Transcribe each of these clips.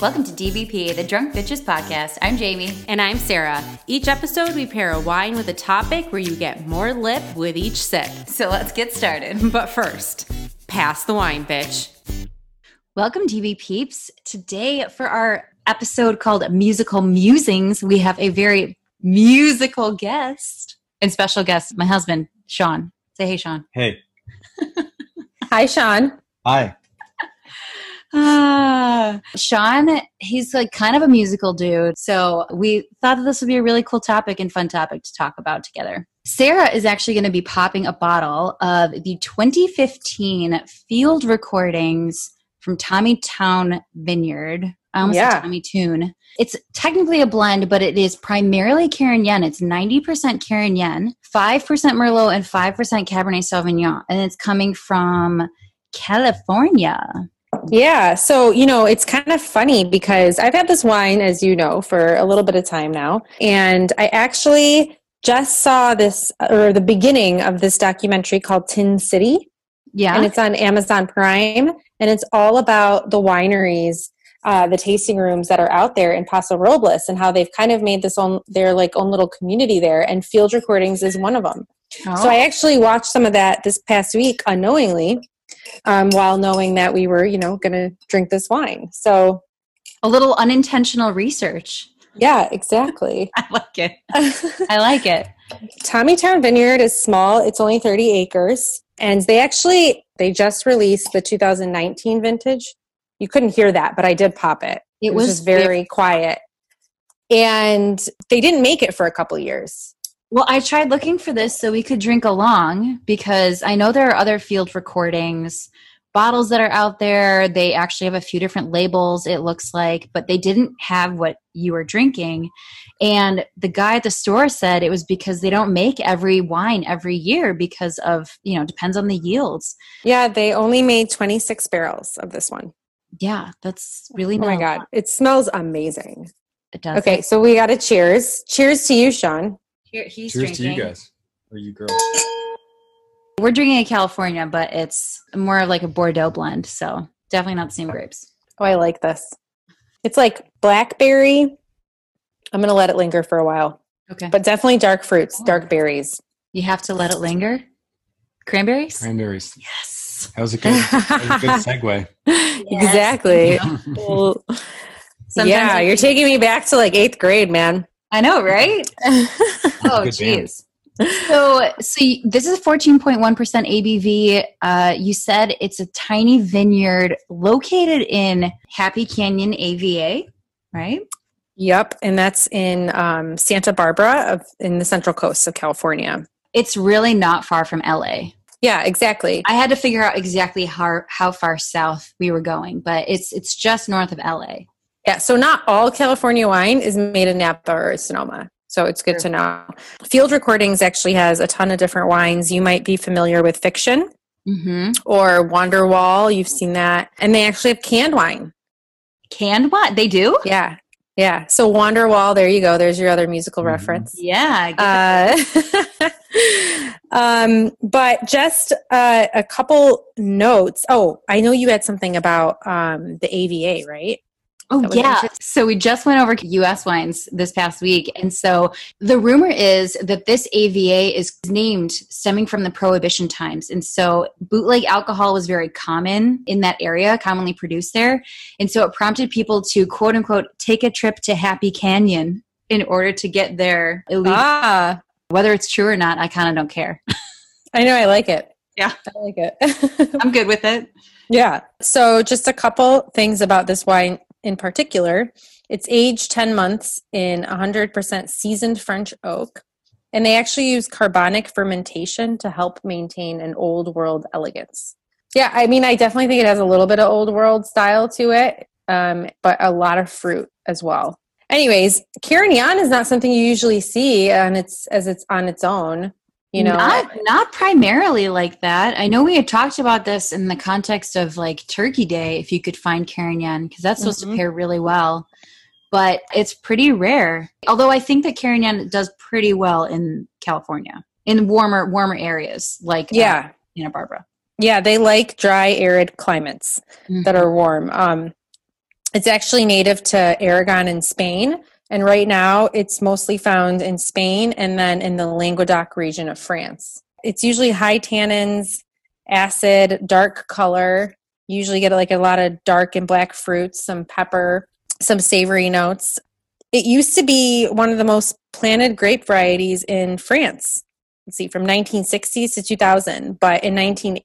Welcome to DBP, the Drunk Bitches Podcast. I'm Jamie. And I'm Sarah. Each episode, we pair a wine with a topic where you get more lip with each sip. So let's get started. But first, pass the wine, bitch. Welcome, DB peeps. Today, for our episode called Musical Musings, we have a very musical guest and special guest, my husband, Sean. Say hey, Sean. Hey. Hi, Sean. Hi. Ah, Sean, he's like kind of a musical dude. So we thought that this would be a really cool topic and fun topic to talk about together. Sarah is actually going to be popping a bottle of the 2015 field recordings from Tommy Town Vineyard. I almost Yeah. said Tommy Tune. It's technically a blend, but it is primarily Karen Yen. It's 90% Karen Yen, 5% Merlot, and 5% Cabernet Sauvignon. And it's coming from California. Yeah. So, you know, it's kind of funny because I've had this wine, as you know, for a little bit of time now. And I actually just saw this, or the beginning of this documentary called Tin City. Yeah. And it's on Amazon Prime. And it's all about the wineries. Uh, the tasting rooms that are out there in Paso Robles and how they've kind of made this own their like own little community there and field recordings is one of them. So Oh. I actually watched some of that this past week unknowingly, um, while knowing that we were, you know, going to drink this wine. So a little unintentional research. yeah, exactly. I like it. I like it. Tommytown Vineyard is small; it's only thirty acres, and they actually they just released the 2019 vintage. You couldn't hear that, but I did pop it. It, It was, just very quiet, and they didn't make it for a couple years. well. I tried looking for this so we could drink along because I know there are other field recordings, bottles that are out there. They actually have a few different labels, it looks like, but they didn't have what you were drinking. And the guy at the store said it was because they don't make every wine every year because of, you know, depends on the yields. Yeah, they only made 26 barrels of this one. Yeah, that's really Oh not my a god, lot. it smells amazing. It does. Okay, so we got to cheers. Cheers to you, Sean. Here, he's Cheers drinking. to you guys. Or you girls. We're drinking a California, but it's more of like a Bordeaux blend, so definitely not the same grapes. Oh, I like this. It's like blackberry. I'm going to let it linger for a while, Okay. But but definitely dark fruits, dark berries. you have to let it linger. Cranberries? Cranberries. yes. That was a good, that was a good Exactly. segue. Well, Sometimes yeah, I you're think- taking me back to like eighth grade, man. I know, right? Oh, Good band. jeez. So, so you, this is 14.1% ABV. Uh, you said it's a tiny vineyard located in Happy Canyon AVA, right? yep. And that's in um, Santa Barbara of, in the central coast of California. It's really not far from LA. Yeah, exactly. I had to figure out exactly how how far south we were going, but it's it's just north of LA. Yeah, so not all California wine is made in Napa or Sonoma. So it's good to know. Field Recordings actually has a ton of different wines. You might be familiar with Fiction Mm-hmm. or Wanderwall. You've seen that. And they actually have canned wine. Canned what? They do? Yeah. Yeah. So Wanderwall, there you go. There's your other musical Mhm. reference. Yeah. Uh, um, but just uh, a couple notes. Oh, I know you had something about um, the AVA, right? oh, that was yeah. interesting. So we just went over U.S. wines this past week, and so the rumor is that this AVA is named stemming from the Prohibition times, and so bootleg alcohol was very common in that area, commonly produced there, and so it prompted people to quote unquote take a trip to Happy Canyon in order to get their illegal. Ah, Whether it's true or not, I kind of don't care. I know. I like it. Yeah. I like it. I'm good with it. yeah. So, just a couple things about this wine in particular. It's aged 10 months in 100% seasoned French oak. And they actually use carbonic fermentation to help maintain an old world elegance. Yeah. I mean, I definitely think it has a little bit of old world style to it, um, but a lot of fruit as well. Anyways, Carignan is not something you usually see and it's as it's on its own, you know. not, not primarily like that. I know we had talked about this in the context of like Turkey Day, if you could find Carignan, because that's supposed to Mhm. pair really well. But it's pretty rare. Although I think that Carignan does pretty well in California, in warmer warmer areas like uh, yeah. Santa Barbara. Yeah, they like dry, arid climates that are warm. Um, it's actually native to Aragon in Spain, and right now it's mostly found in Spain and then in the Languedoc region of France. It's usually high tannins, acid, dark color. You usually get like a lot of dark and black fruits, some pepper, some savory notes. It used to be one of the most planted grape varieties in France. Let's see, from 1960s to 2000. But in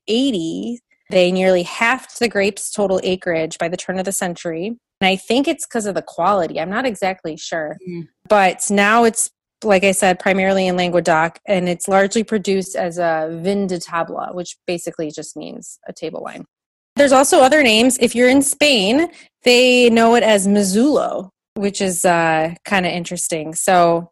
1980, they nearly halved the grapes' total acreage by the turn of the century. And I think it's because of the quality. I'm not exactly sure. Mm. But now it's, like I said, primarily in Languedoc, and it's largely produced as a vin de table, which basically just means a table wine. There's also other names. If you're in Spain, they know it as Mizulo, which is uh, kind of interesting. So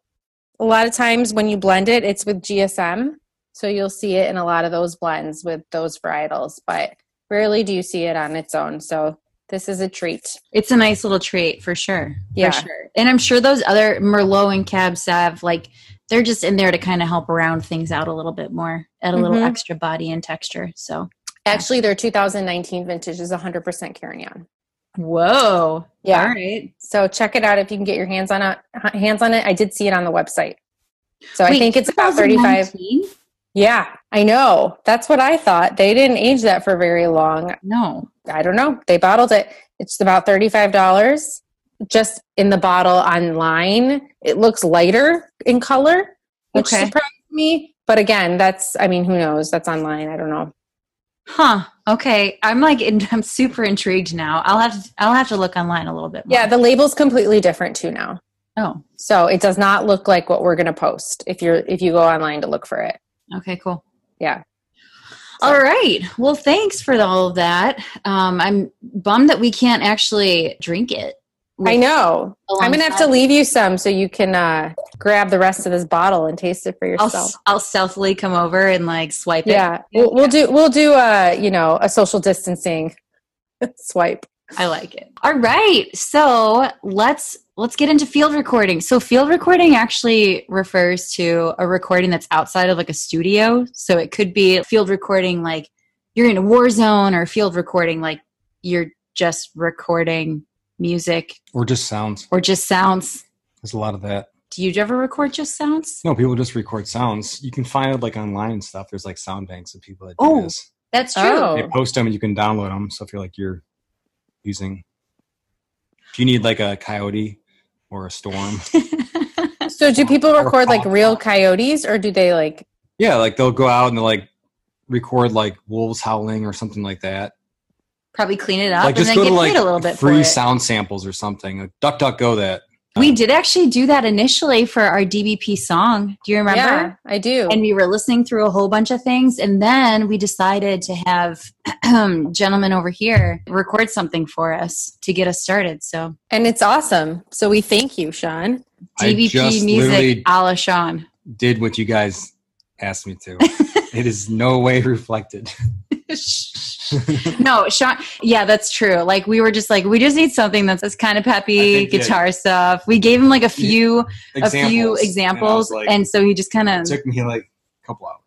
a lot of times when you blend it, it's with GSM. So you'll see it in a lot of those blends with those varietals, but rarely do you see it on its own. So this is a treat. It's a nice little treat for sure. Yeah. For sure. And I'm sure those other Merlot and Cab Sav, like, they're just in there to kind of help round things out a little bit more, add a little Mhm. extra body and texture. So, Actually, their 2019 vintage is 100% Carignan. whoa. All right. So check it out if you can get your hands on it. Hands on it. I did see it on the website. So I Wait, think it's about 35. 2019? Yeah, I know. That's what I thought. They didn't age that for very long. No. I don't know. They bottled it. It's about $35 just in the bottle online. It looks lighter in color, which Okay. surprised me. But again, that's, I mean, who knows? That's online. I don't know. Huh. Okay. I'm like, in, I'm super intrigued now. I'll have to, I'll have to look online a little bit more. Yeah, the label's completely different too now. Oh. So it does not look like what we're going to post if you're if you go online to look for it. Okay. Cool. Yeah. All right. Well, thanks for all of that. Um, I'm bummed that we can't actually drink it. I know. I'm going to have to alongside- leave you some so you can uh, grab the rest of this bottle and taste it for I'll, yourself. I'll stealthily come over and like swipe yeah we'll, we'll do we'll do a you know a social distancing swipe it. I like it. All right. So let's let's get into field recording. So field recording actually refers to a recording that's outside of like a studio. So it could be field recording like you're in a war zone or field recording like you're just recording music Or just sounds. or just sounds. There's a lot of that. Do you ever record just sounds? No, people just record sounds. You can find it like online and stuff. There's like sound banks of people that do Oh. this. That's true. Oh. They post them and you can download them. So if you're like you're using, if you need like a coyote or a storm, so do people Or record like cock. real coyotes or do they like yeah, like they'll go out and they'll like record like wolves howling or something like that. probably clean it up like and just then go get to like paid a little bit for free it. sound samples or something. Like, duck, duck, go that. we did actually do that initially for our DBP song. Do you remember? yeah i do And we were listening through a whole bunch of things, and then we decided to have gentleman over here record something for us to get us started. So and it's awesome so we thank you sean I just DBP music literally a la Sean. did what you guys asked me to. it is no way reflected. no, Sean. Yeah, that's true. Like we were just like we just need something that's this kind of peppy I think, yeah. guitar stuff. We gave him like a few a few And I was examples, and, like- so he just kind of it took me like a couple hours.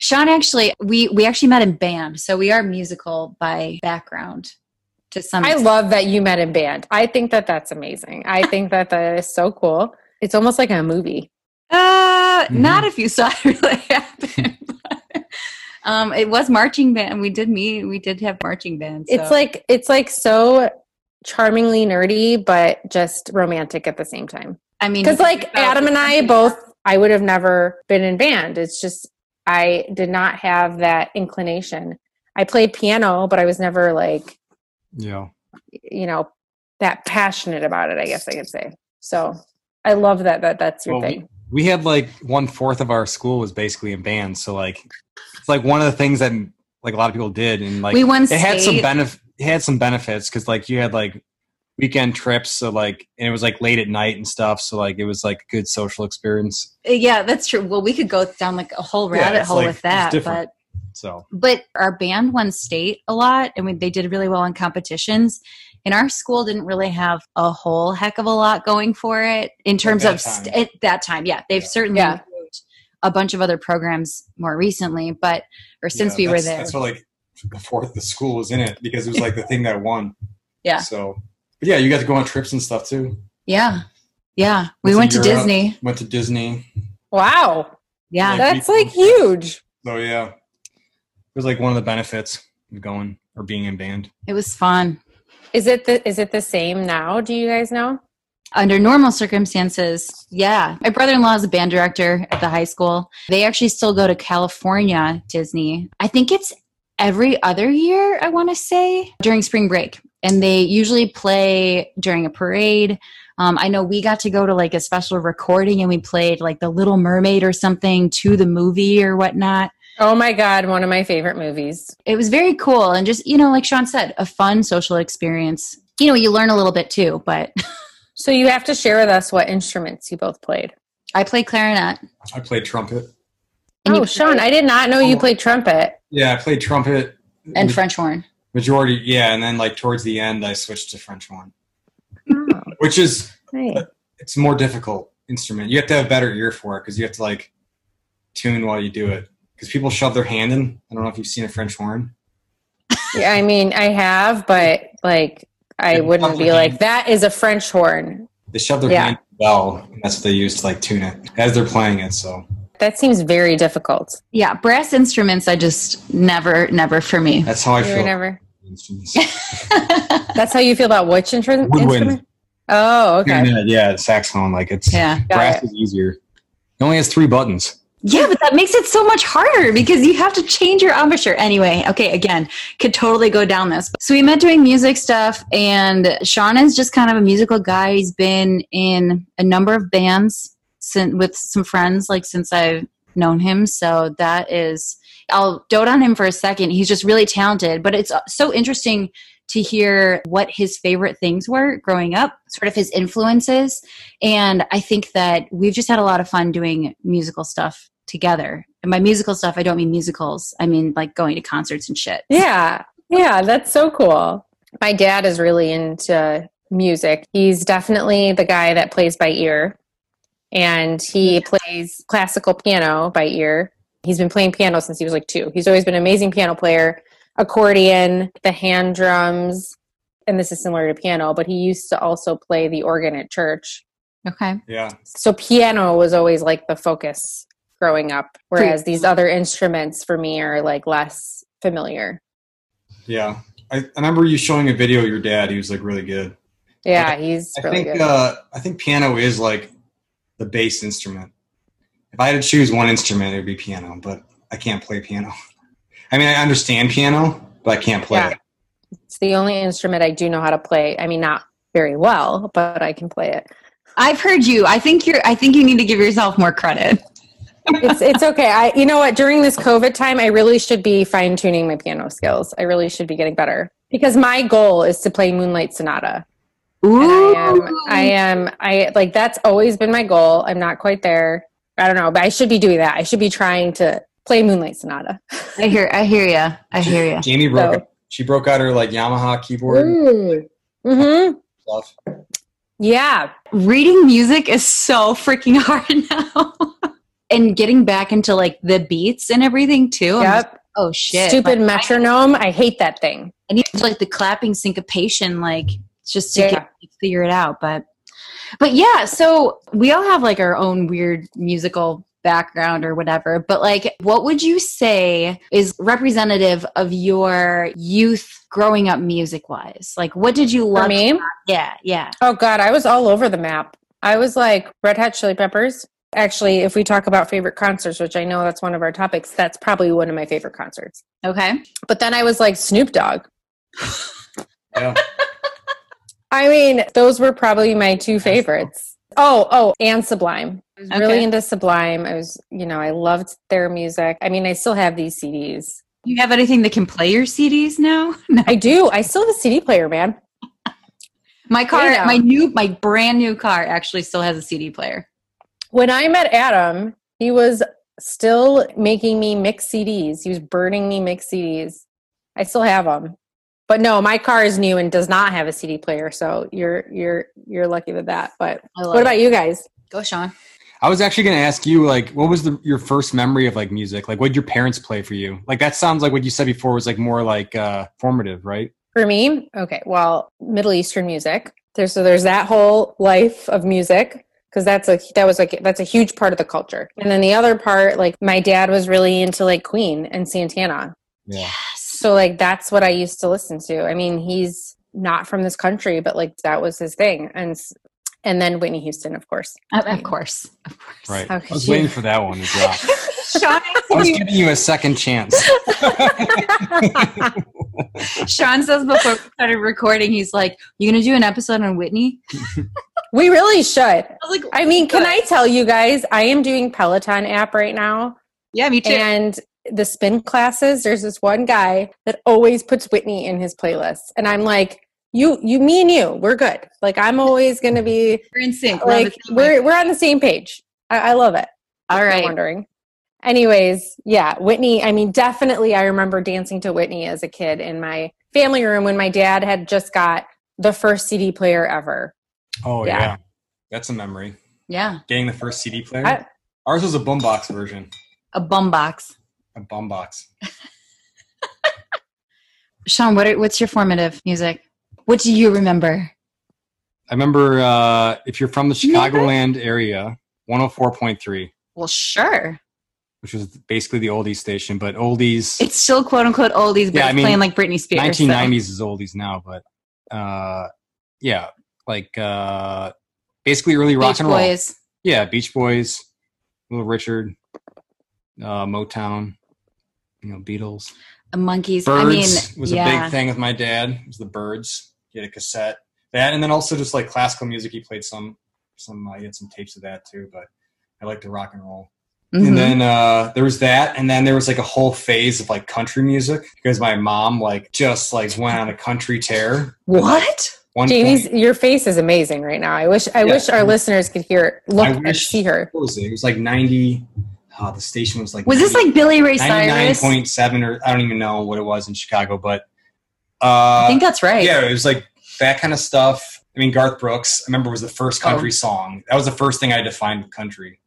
Sean actually, we we actually met in band, so we are musical by background to some. i extent. love that you met in band i think that that's amazing i think that that is so cool it's almost like a movie uh, Mhm. not if you saw it really happen. but, um, it was marching band. We did meet. We did have marching bands. it's like it's like so charmingly nerdy but just romantic at the same time I mean, because like Oh. adam and i both i would have never been in band it's just i did not have that inclination i played piano but i was never like Yeah. you know that passionate about it i guess i could say so i love that that that's your Well, thing We had like one fourth of our school was basically in bands. So like it's like one of the things that like a lot of people did and like we won. it had some state. benefit it had some benefits because like you had like weekend trips so like and it was like late at night and stuff so like it was like a good social experience yeah, that's true. Well, we could go down like a whole Yeah, rabbit it's hole like- with it's that, but different. so but our band won state a lot and we, they did really well in competitions and our school didn't really have a whole heck of a lot going for it in terms that of time. st- at that time yeah they've Yeah. certainly Yeah. improved a bunch of other programs more recently but or since Yeah, we were that's- there that's what like before the school was in it because it was like the thing that won. Yeah. So, but yeah, you got to go on trips and stuff too. Yeah. Yeah. We Went to went to Europe. Disney. Went to Disney. Wow. Yeah. Like That's we- like huge. So yeah, it was like one of the benefits of going or being in band. It was fun. Is it the is it the same now? Do you guys know? Under normal circumstances, yeah. My brother in law is a band director at the high school. They actually still go to California Disney. I think it's every other year, I want to say, during spring break. And they usually play during a parade. Um, I know we got to go to like a special recording and we played like The Little Mermaid or something to the movie or whatnot. Oh my god, one of my favorite movies. it was very cool and just you know like sean said a fun social experience you know you learn a little bit too but So you have to share with us what instruments you both played. i play clarinet I played trumpet. and oh, Sean, I did not know you played trumpet. Yeah, I played trumpet. and french horn majority, yeah, and then like towards the end, I switched to French horn, Oh, which is nice. it's a more difficult instrument. You have to have better ear for it because you have to like tune while you do it. Because people shove their hand in. I don't know if you've seen a French horn. Yeah, I mean, I have, but like, I It's wouldn't be complicated. like that is a French horn. They shove their Yeah. hand in the bell, and that's what they use to like tune it as they're playing it. So That seems very difficult. yeah brass instruments i just never never for me that's how I You were feel. never. Instruments. That's how you feel about which instru- Woodwind. instrument? Oh, okay. Clarinet, yeah, it's saxophone. Like it's yeah Got brass it. is easier. It only has three buttons. yeah but that makes it so much harder because you have to change your embouchure anyway okay again could totally go down this so we met doing music stuff and sean is just kind of a musical guy he's been in a number of bands since, with some friends like since i've known him so that is i'll dote on him for a second he's just really talented but it's so interesting to hear what his favorite things were growing up sort of his influences and i think that we've just had a lot of fun doing musical stuff together and by musical stuff i don't mean musicals i mean like going to concerts and shit Yeah. Yeah, that's so cool. My dad is really into music. He's definitely the guy that plays by ear, and he plays classical piano by ear. He's been playing piano since he was like two. He's always been an amazing piano player, accordion, the hand drums, and this is similar to piano, but he used to also play the organ at church. okay Yeah, so piano was always like the focus growing up whereas Pretty- these other instruments for me are like less familiar yeah. I, I remember you showing a video of your dad. He was like really good. yeah he's I really think good uh, I think piano is like the bass instrument. If I had to choose one instrument, it would be piano. But I can't play piano. I mean, I understand piano, but I can't play Yeah. it. it's the only instrument i do know how to play i mean not very well but i can play it i've heard you i think you're i think you need to give yourself more credit it's it's okay i you know what during this covid time i really should be fine tuning my piano skills i really should be getting better because my goal is to play moonlight sonata And Ooh. I am, I am, I like that's always been my goal. I'm not quite there. I don't know, but I should be doing that. I should be trying to play Moonlight Sonata. I hear I hear you. I hear you. Jamie broke. So- She broke out her like Yamaha keyboard and Mm-hmm. stuff. Yeah. Reading music is so freaking hard now. and getting back into like the beats and everything too. I'm just, Yep. oh shit. Stupid Like, metronome. I hate that thing. I need like the clapping syncopation, like just to Yeah. get, figure it out. But but yeah, so we all have like our own weird musical background or whatever. But like, what would you say is representative of your youth growing up music wise? Like, what did you For love? me. Yeah, yeah. Oh God, I was all over the map. I was like Red Hot Chili Peppers. Actually, if we talk about favorite concerts, which I know that's one of our topics, that's probably one of my favorite concerts. Okay. But then I was like Snoop Dogg. Yeah. I mean, those were probably my two favorites. Oh, oh, and Sublime. I was really Okay. into Sublime. I was, you know, I loved their music. I mean, I still have these CDs. You have anything that can play your CDs now? I do. I still have a CD player, man. My car, Yeah. my new, my brand new car actually still has a CD player. When I met Adam, he was still making me mix CDs. He was burning me mix CDs. I still have them. But no, my car is new and does not have a CD player, so you're you're you're lucky with that. But I love what about you guys? Go, Sean. I was actually going to ask you, like, what was the, your first memory of like music? Like, what did your parents play for you? Like, that sounds like what you said before was like more like uh, formative, right? For me, okay, well, Middle Eastern music. There's so there's that whole life of music because that's a that was like that's a huge part of the culture. And then the other part, like my dad was really into like Queen and Santana. Yeah. So like that's what I used to listen to. I mean, he's not from this country, but like that was his thing. And s- and then Whitney Houston, of course. Of, of course, of course. Right. How could I was you? waiting for that one as well. Sean, I was giving you a second chance. Sean says before we started recording, he's like, "You gonna do an episode on Whitney?" We really should. I was like, I mean, can I tell you guys? I am doing Peloton app right now, "Yeah, me too." and the spin classes. There's this one guy that always puts Whitney in his playlist, and I'm like, you, you, me, and you, we're good. Like I'm always gonna be we're in sync. We're on like the same we're we're on the same page. I, I love it. All All right. right. wondering. Anyways, yeah, Whitney. I mean, definitely, I remember dancing to Whitney as a kid in my family room when my dad had just got the first CD player ever. Oh, Yeah. yeah. That's a memory. Yeah, Getting the first CD player. I- Ours was a boombox version. a bum box. A boombox. Sean, what are, what's your formative music? What do you remember? I remember uh, if you're from the Chicagoland area, 104.3, Well, sure. which was basically the oldies station, but oldies. It's still quote unquote oldies, but Yeah, I it's mean, playing like Britney Spears. so- 1990s is oldies now, but uh, yeah, like uh, basically early rock Beach and roll. Boys. Yeah, Beach Boys, Little Richard, uh, Motown, you know, Beatles. The Monkeys. Birds I mean, was a yeah. big thing with my dad. It was the Birds. He had a cassette that, and then also just like classical music. He played some, some. Uh, he had some tapes of that too. But I like the rock and roll. Mhm. And then uh, there was that, and then there was like a whole phase of like country music because my mom like just like went on a country tear. what? One Jamie's, point, your face is amazing right now. I wish, I Yeah. wish our listeners could hear, look, I and wish- see her. what was it? It was like ninety. Uh, the station was like Was this 90 like Billy Ray Cyrus? 99.7 or I don't even know what it was in Chicago, but uh, I think that's right. yeah, it was like that kind of stuff. I mean, Garth Brooks, I remember was the first country song. That was the first thing I defined with country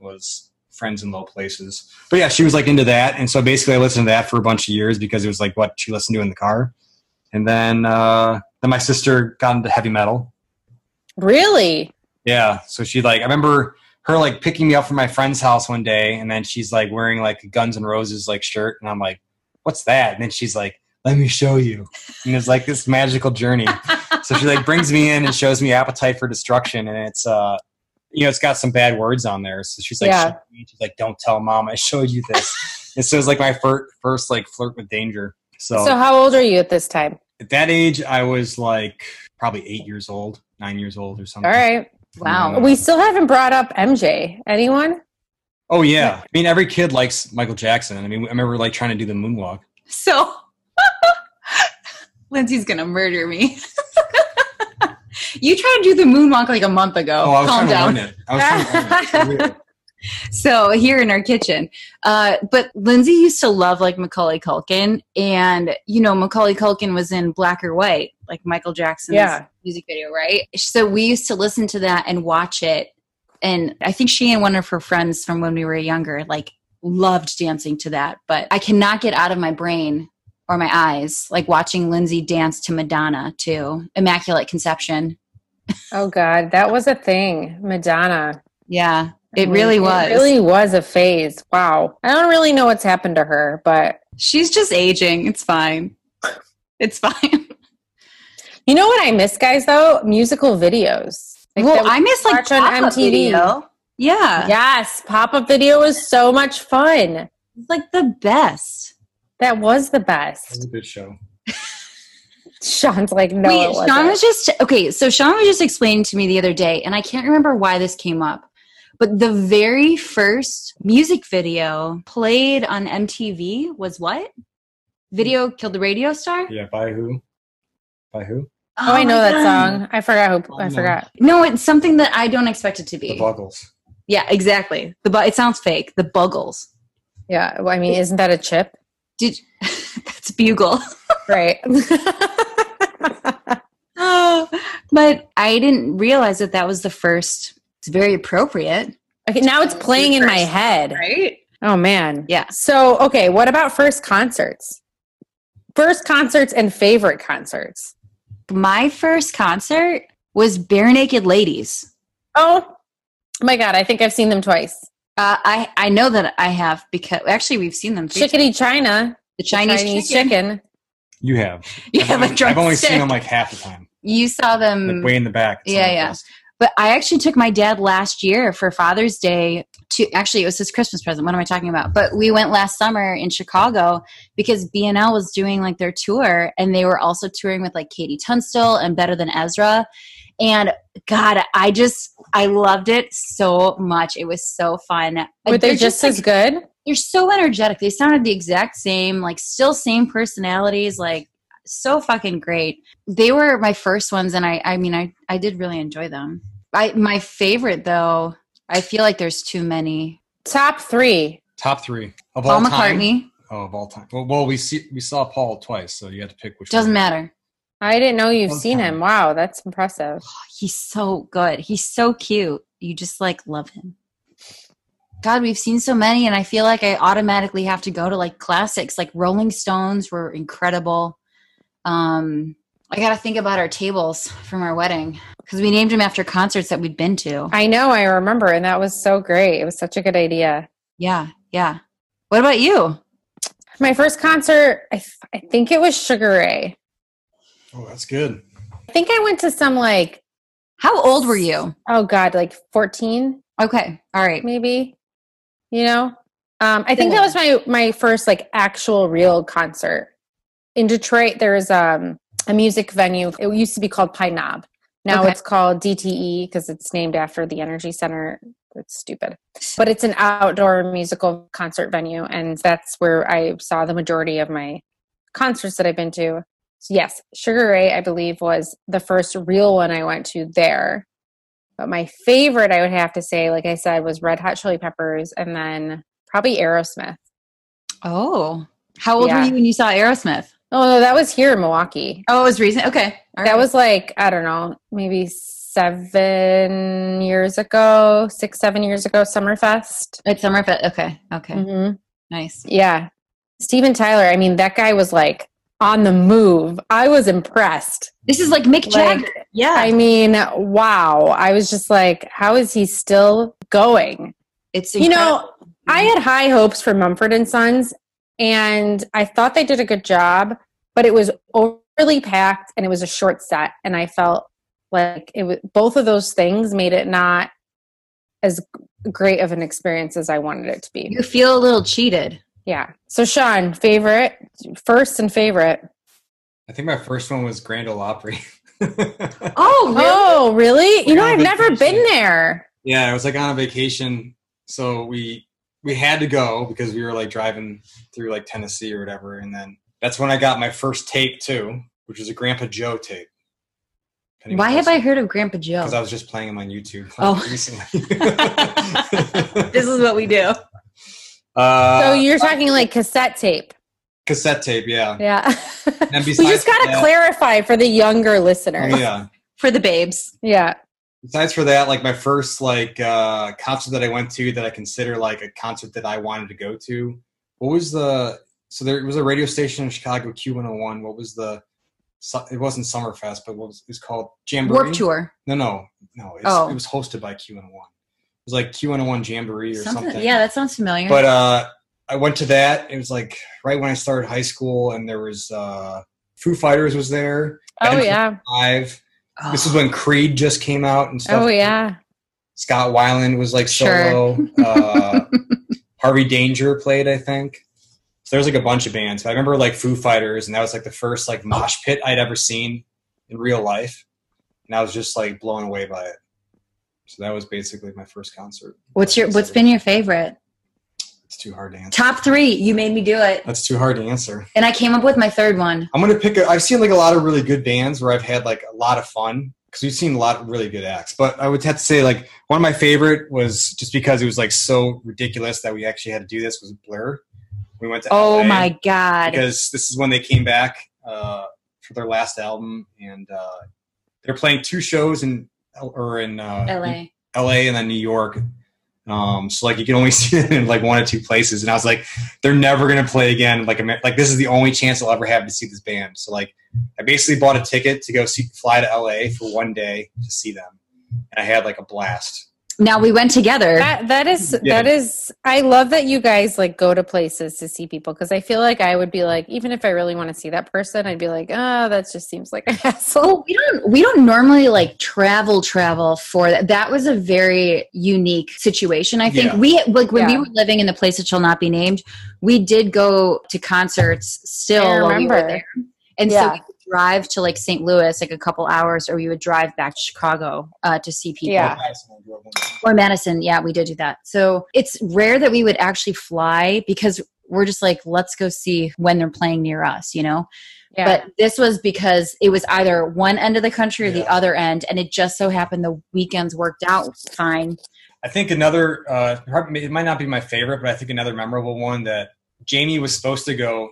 was friends in low places. But yeah, she was like into that, and so basically I listened to that for a bunch of years because it was like what she listened to in the car. And then uh, then my sister got into heavy metal, Really? yeah. So she like I remember her like picking me up from my friend's house one day, and then she's like wearing like a Guns N' Roses like shirt, and I'm like, "What's that?" And then she's like, "Let me show you." And it's like this magical journey. so she like brings me in and shows me Appetite for Destruction, and it's uh, you know, it's got some bad words on there. So she's like, Yeah. "Show me." she's like, "Don't tell mom I showed you this." and so it's like my fir- first like flirt with danger. So, So, how old are you at this time? at that age, I was like probably eight years old, nine years old, or something. All right. Wow. um, We still haven't brought up MJ. Anyone? Oh yeah, I mean every kid likes Michael Jackson. I mean, I remember like trying to do the moonwalk. So Lindsay's gonna murder me. you tried to do the moonwalk like a month ago. Oh, I was Calm trying down. to learn it. I was trying to learn it. So here in our kitchen, uh, but Lindsay used to love like Macaulay Culkin, and you know Macaulay Culkin was in Black or White, like Michael Jackson's Yeah. music video, right? So we used to listen to that and watch it, and I think she and one of her friends from when we were younger like loved dancing to that. But I cannot get out of my brain or my eyes like watching Lindsay dance to Madonna to Immaculate Conception. Oh, God. That was a thing. Madonna. Yeah, I it mean, really was. It really was a phase. Wow. I don't really know what's happened to her, but She's just aging. It's fine. It's fine. you know what I miss, guys, though? Musical videos. Like, that well, we I miss like watch on pop-up MTV. Video. Yeah, Yes, pop up video was so much fun. it's like the best. That was the It best. was a good show. Sean's like, no, Wait, it wasn't. Sean was just okay. So Sean was just explaining to me the other day, and I can't remember why this came up, but the very first music video played on MTV was what? Video killed the radio star. Yeah, by who? By who? oh, I know my that God. song. I forgot who. Oh, I no. forgot. No, it's something that I don't expect it to The be. Buggles. yeah, exactly. The bu- it sounds fake. The Buggles. Yeah, well, I mean, isn't that a chip? Did that's Bugle. Right. Oh, but I didn't realize that that was the first. It's very appropriate Okay, now it's playing in my head. right? Oh man. Yeah. So, okay, what about first concerts? First concerts and favorite concerts. My first concert was Bare Naked Ladies. Oh my god, I think I've seen them twice. Uh, I I know that I have because actually we've seen them. three Chickadee China, times. the Chinese, Chinese chicken. chicken. You have. You I've have a only- I've only drumstick. seen them like half the time, You saw them. like way in the back. It's Mm. yeah, not the yeah. best. But I actually took my dad last year for Father's Day to actually it was his Christmas present. What am I talking about? But we went last summer in Chicago because BNL was doing like their tour and they were also touring with like Katie Tunstall and Better Than Ezra. And God, I just I loved it so much. It was so fun. Were they They're just, like, as good? they're so energetic. They sounded the exact same, like still same personalities, like so fucking great. They were my first ones and I I mean I I did really enjoy them. I my favorite though, I feel like there's too many. Top three. Top three of all Paul time. McCartney, Oh, of all time. Well, well, we see we saw Paul twice, so you have to pick which. doesn't one. matter. I didn't know you've Okay. seen him. Wow, that's impressive. He's so good. He's so cute. You just like love him. God, we've seen so many and I feel like I automatically have to go to like classics. Like Rolling Stones were incredible. Um I got to think about our tables from our wedding cuz we named them after concerts that we'd been to. I know, I remember, and that was so great. It was such a good idea. Yeah, yeah. What about you? My first concert, I, th- I think it was Sugar Ray. Oh, that's good. I think I went to some like, How old were you? oh God, like 14 Okay. All right. maybe, you know? Um, I think that was my, my first like actual real concert. In Detroit, there's um, a music venue. It used to be called Pine Knob. Now Okay. it's called DTE because it's named after the Energy Center. It's stupid. But it's an outdoor musical concert venue, and that's where I saw the majority of my concerts that I've been to. So yes, Sugar Ray, I believe, was the first real one I went to there. But my favorite, I would have to say, like I said, was Red Hot Chili Peppers, and then probably Aerosmith. Oh. How old Yeah. were you when you saw Aerosmith? Oh no, that was here in Milwaukee. Oh, it was recent. Okay. All that right. was like I don't know, maybe seven years ago, six seven years ago, Summerfest. at Summerfest. Okay. Okay. hmm Nice. Yeah. Steven Tyler, I mean, that guy was like on the move. I was impressed. This is like Mick Like, Jagger. Yeah. I mean, wow. I was just like, how is he still going? it's You know, I had high hopes for Mumford and Sons and I thought they did a good job, but it was overly packed and it was a short set and I felt like it was both of those things made it not as great of an experience as I wanted it to be. you feel a little cheated. Yeah. So Sean, favorite, first and favorite. I think my first one was Grand Ole Opry. Oh, Oh, really? You know, We're on I've never vacation. been there. Yeah, I was like on a vacation, so we we had to go because we were like driving through like Tennessee or whatever, and then that's when I got my first tape too, which was a Grandpa Joe tape. Why have I heard of Grandpa Joe? Because I was just playing them on YouTube. Oh. recently. this is what we do. uh, So you're talking like cassette tape. cassette tape, yeah. Yeah. And we besides just got to that- clarify for the younger listener. Oh, yeah. For the babes. Yeah. Besides for that, like my first like uh concert that I went to that I consider like a concert that I wanted to go to. What was the so there was a radio station in Chicago Q one oh one. What was the su- it wasn't Summerfest, but what was it was called Jamboree? Warp Tour. No, no, no. It's, Oh. It was hosted by Q one oh one. It was like Q one oh one Jamboree or something. Something- Yeah, that sounds familiar. But uh, I went to that. It was like right when I started high school, and there was uh, Foo Fighters was there. Oh, Benson yeah. Live. Oh. uh, This is when Creed just came out and stuff. Oh, yeah. Scott Weiland was like solo. Uh, Harvey Danger played, I think. So there was like a bunch of bands. But I remember like Foo Fighters, and that was like the first like mosh pit I'd ever seen in real life, and I was just like blown away by it. So that was basically my first concert. what's your what's been your favorite? It's too hard to answer. Top three. You made me do it. That's too hard to answer. And I came up with my third one. I'm gonna pick. A, I've seen like a lot of really good bands where I've had like a lot of fun because we've seen a lot of really good acts. But I would have to say like one of my favorite was just because it was like so ridiculous that we actually had to do this was Blur. We went to Oh LA my god. because this is when they came back uh, for their last album and uh, they're playing two shows in or in uh, LA. LA and then New York. Um, so like you can only see them in like one or two places. And I was like, they're never gonna play again. Like Amer- like this is the only chance I'll ever have to see this band. So like I basically bought a ticket to go see fly to LA for one day to see them. And I had like a blast. Now we went together. That that is Yeah. that is I love that you guys like go to places to see people because I feel like I would be like even if I really want to see that person I'd be like oh that just seems like a hassle. Well, we don't we don't normally like travel travel for that. That was a very unique situation. I think Yeah. we like when we Yeah. were living in the place that shall not be named. We did go to concerts still I while we were remember. there, and so Yeah. we would drive to like St. Louis like a couple hours, or we would drive back to Chicago uh, to see people. Yeah. Or Madison, yeah, we did do that. So it's rare that we would actually fly because we're just like, let's go see when they're playing near us, you know? Yeah. But this was because it was either one end of the country or the Yeah. other end, and it just so happened the weekends worked out fine. I think another uh, probably- it might not be my favorite, but I think another memorable one that Jamie was supposed to go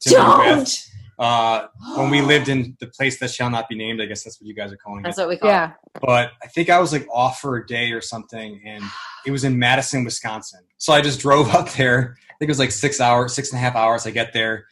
to Don't! with, uh, when we lived in the place that shall not be named. I guess that's what you guys are calling it. That's what we call yeah. but I think I was like off for a day or something, and it was in Madison, Wisconsin. So I just drove up there. I think it was like six hours, six and a half hours. I get there,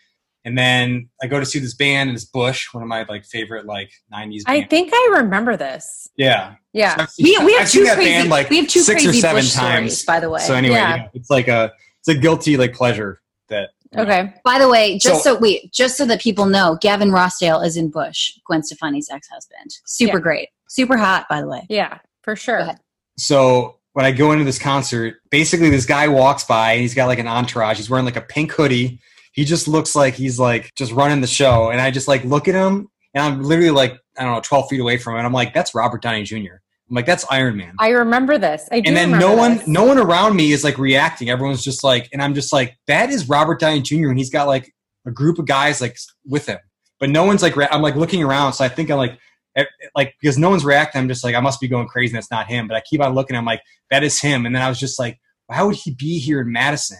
and then I go to see this band, and it's Bush, one of my like favorite like '90s. I bands. think I remember this. yeah. Yeah. So it. We, we have I've two seen that crazy band, like, we have two six or crazy seven Bush times. stories, by the way. So anyway, Yeah. yeah, it's like a it's a guilty like pleasure that. you know. Okay. by the way, just so, So- wait, just so that people know, Gavin Rossdale is in Bush, Gwen Stefani's ex-husband. Super Yeah. great, super hot, by the way. Yeah. For Go sure. ahead. So when I go into this concert, basically this guy walks by and he's got like an entourage. He's wearing like a pink hoodie. He just looks like he's like just running the show. And I just like look at him and I'm literally like, I don't know, 12 feet away from him. And I'm like, that's Robert Downey Jr. I'm like, that's Iron Man. I remember this. I do. and then remember no one this. no one around me is like reacting. Everyone's just like, and I'm just like, that is Robert Downey Jr. And he's got like a group of guys like with him. But no one's like, re- I'm like looking around. So I think I'm like, eh, like because no one's reacting, I'm just like, I must be going crazy. And that's not him. But I keep on looking. I'm like, that is him. And then I was just like, how would he be here in Madison?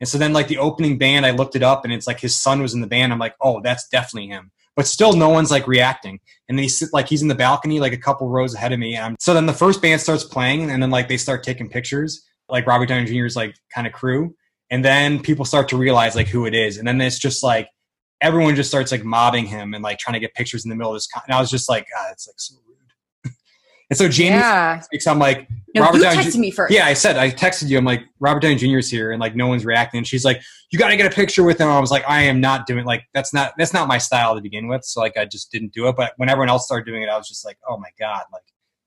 And so then like the opening band, I looked it up, and it's like his son was in the band. I'm like, oh, that's definitely him. But still, no one's like reacting. And then he's sit- like he's in the balcony, like a couple rows ahead of me. And I'm, so then the first band starts playing, and then like they start taking pictures, like Robert Downey Jr.'s like kind of crew. And then people start to realize like who it is, and then it's just like everyone just starts like mobbing him and like trying to get pictures in the middle of this. Con- and I was just like, God, it's like so rude. and so Jamie Yeah. speaks. I'm like, No, Robert you Downey texted Jr. me first. yeah, I said I texted you. I'm like Robert Downey Jr. is here, and like no one's reacting. And she's like, "You got to get a picture with him." I was like, "I am not doing like that's not that's not my style to begin with." So like I just didn't do it. But when everyone else started doing it, I was just like, "Oh my god!" Like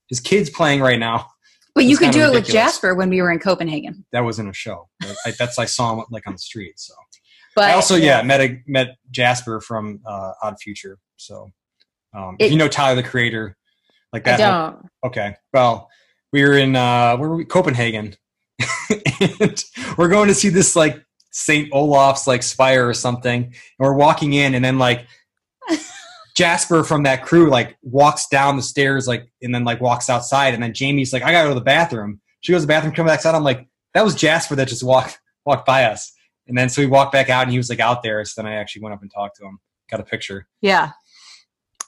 his kid's playing right now. but you it's could kinda do it with ridiculous. Jasper when we were in Copenhagen. That wasn't a show. But I, that's I saw him like on the street. So But I also yeah met a, met Jasper from uh, Odd Future. So um, if It- you know Tyler the Creator, like I that. whole- don't. Okay. Well, we were in uh where were we? Copenhagen. and we're going to see this like St. Olaf's like spire or something. And we're walking in and then like Jasper from that crew like walks down the stairs like and then like walks outside and then Jamie's like, I gotta go to the bathroom. She goes to the bathroom, comes back out. I'm like, that was Jasper that just walked walked by us. And then so we walked back out and he was like out there. So then I actually went up and talked to him, got a picture. yeah.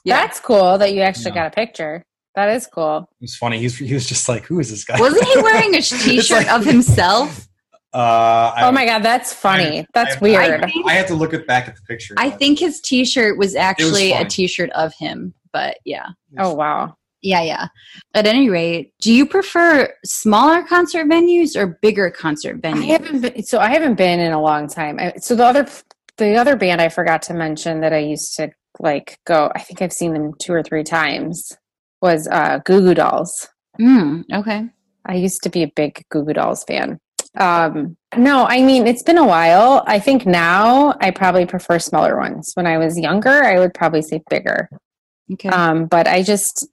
That's cool that you actually Yeah. got a picture. That is cool. It was funny. He's he was just like, Who is this guy? Wasn't he wearing a It's t-shirt like- of himself? uh I oh my god, that's funny. that's I- weird. I think- I have to look at back at the picture. I but think his T-shirt was actually a fine. T-shirt of him, but yeah, oh wow. yeah, yeah. At any rate, do you prefer smaller concert venues or bigger concert I venues? haven't been, so I haven't been in a long time. I, so the other the other band I forgot to mention that I used to like go. I think I've seen them two or three times. Was uh, Goo Goo Dolls. Mm, okay, I used to be a big Goo Goo Dolls fan. Um, no, I mean it's been a while. I think now I probably prefer smaller ones. When I was younger, I would probably say bigger. okay. Um, but I just,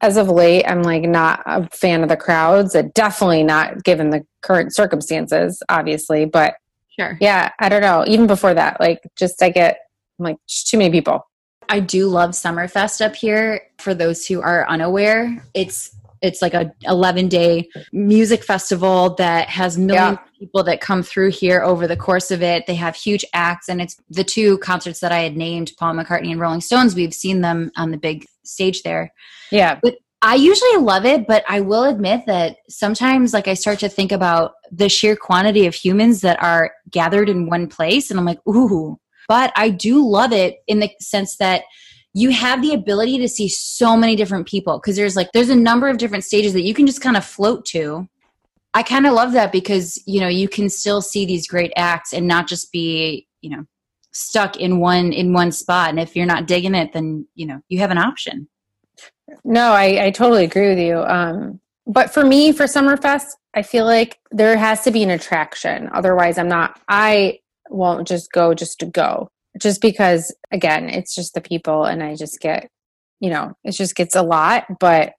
as of late, I'm like not a fan of the crowds. Uh, Definitely not given the current circumstances, obviously. But sure. yeah, I don't know. Even before that, like just I get I'm like "Shh, too many people. I do love Summerfest up here. For those who are unaware, it's it's like a 11 day music festival that has millions of people that come through here over the course of it. They have huge acts, and it's the two concerts that I had named, Paul McCartney and Rolling Stones. We've seen them on the big stage there. Yeah, I usually love it, but I will admit that sometimes, like, I start to think about the sheer quantity of humans that are gathered in one place, and I'm like, ooh. But I do love it in the sense that you have the ability to see so many different people because there's like, there's a number of different stages that you can just kind of float to. I kind of love that because, you know, you can still see these great acts and not just be, you know, stuck in one in one spot and if you're not digging it then you know you have an option No, I, I totally agree with you. Um, but for me, for Summerfest, I feel like there has to be an attraction. Otherwise, I'm not, I won't just go just to go. Just because, again, it's just the people and I just get, you know, it just gets a lot. But,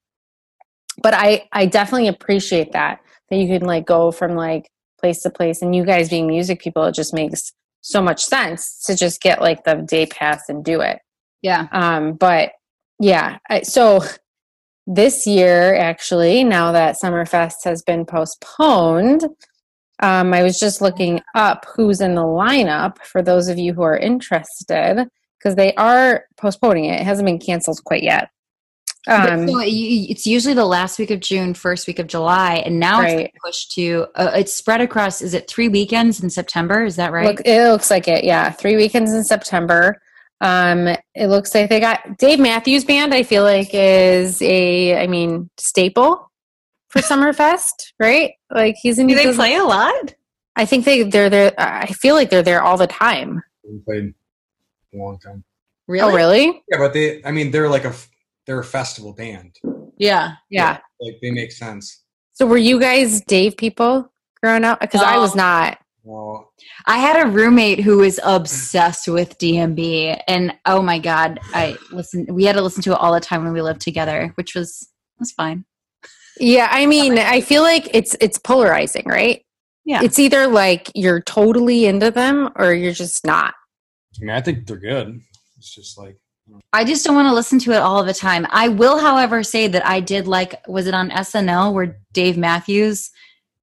but I, I definitely appreciate that, that you can like go from like place to place and you guys being music people, it just makes so much sense to just get like the day pass and do it yeah um but yeah I, so this year actually now that summerfest has been postponed um i was just looking up who's in the lineup for those of you who are interested because they are postponing it it hasn't been canceled quite yet um so you- it's usually the last week of june first week of july and now it's right been pushed to uh, it's spread across is it three weekends in september is that right Look, it looks like it. Yeah, three weekends in September. Um, it looks like they got Dave Matthews Band. I feel like is a, I mean, staple for Summerfest, right? Like he's in. those- a lot I think they they're there. I feel like they're there all the time. We played a long time. really, Oh, really? Yeah, but they. I mean, they're like a f- they're a festival band. yeah Yeah. Like they make sense. So were you guys Dave people growing up? Because I was No. not. Well, i had a roommate who was obsessed with dmb and oh my god i listened we had to listen to it all the time when we lived together which was was fine Yeah, I mean, I feel like it's it's polarizing, right? Yeah. It's either like you're totally into them or you're just not. I mean, I think they're good. It's just like I just don't want to listen to it all the time. I will, however, say that I did like. Was it on SNL where Dave Matthews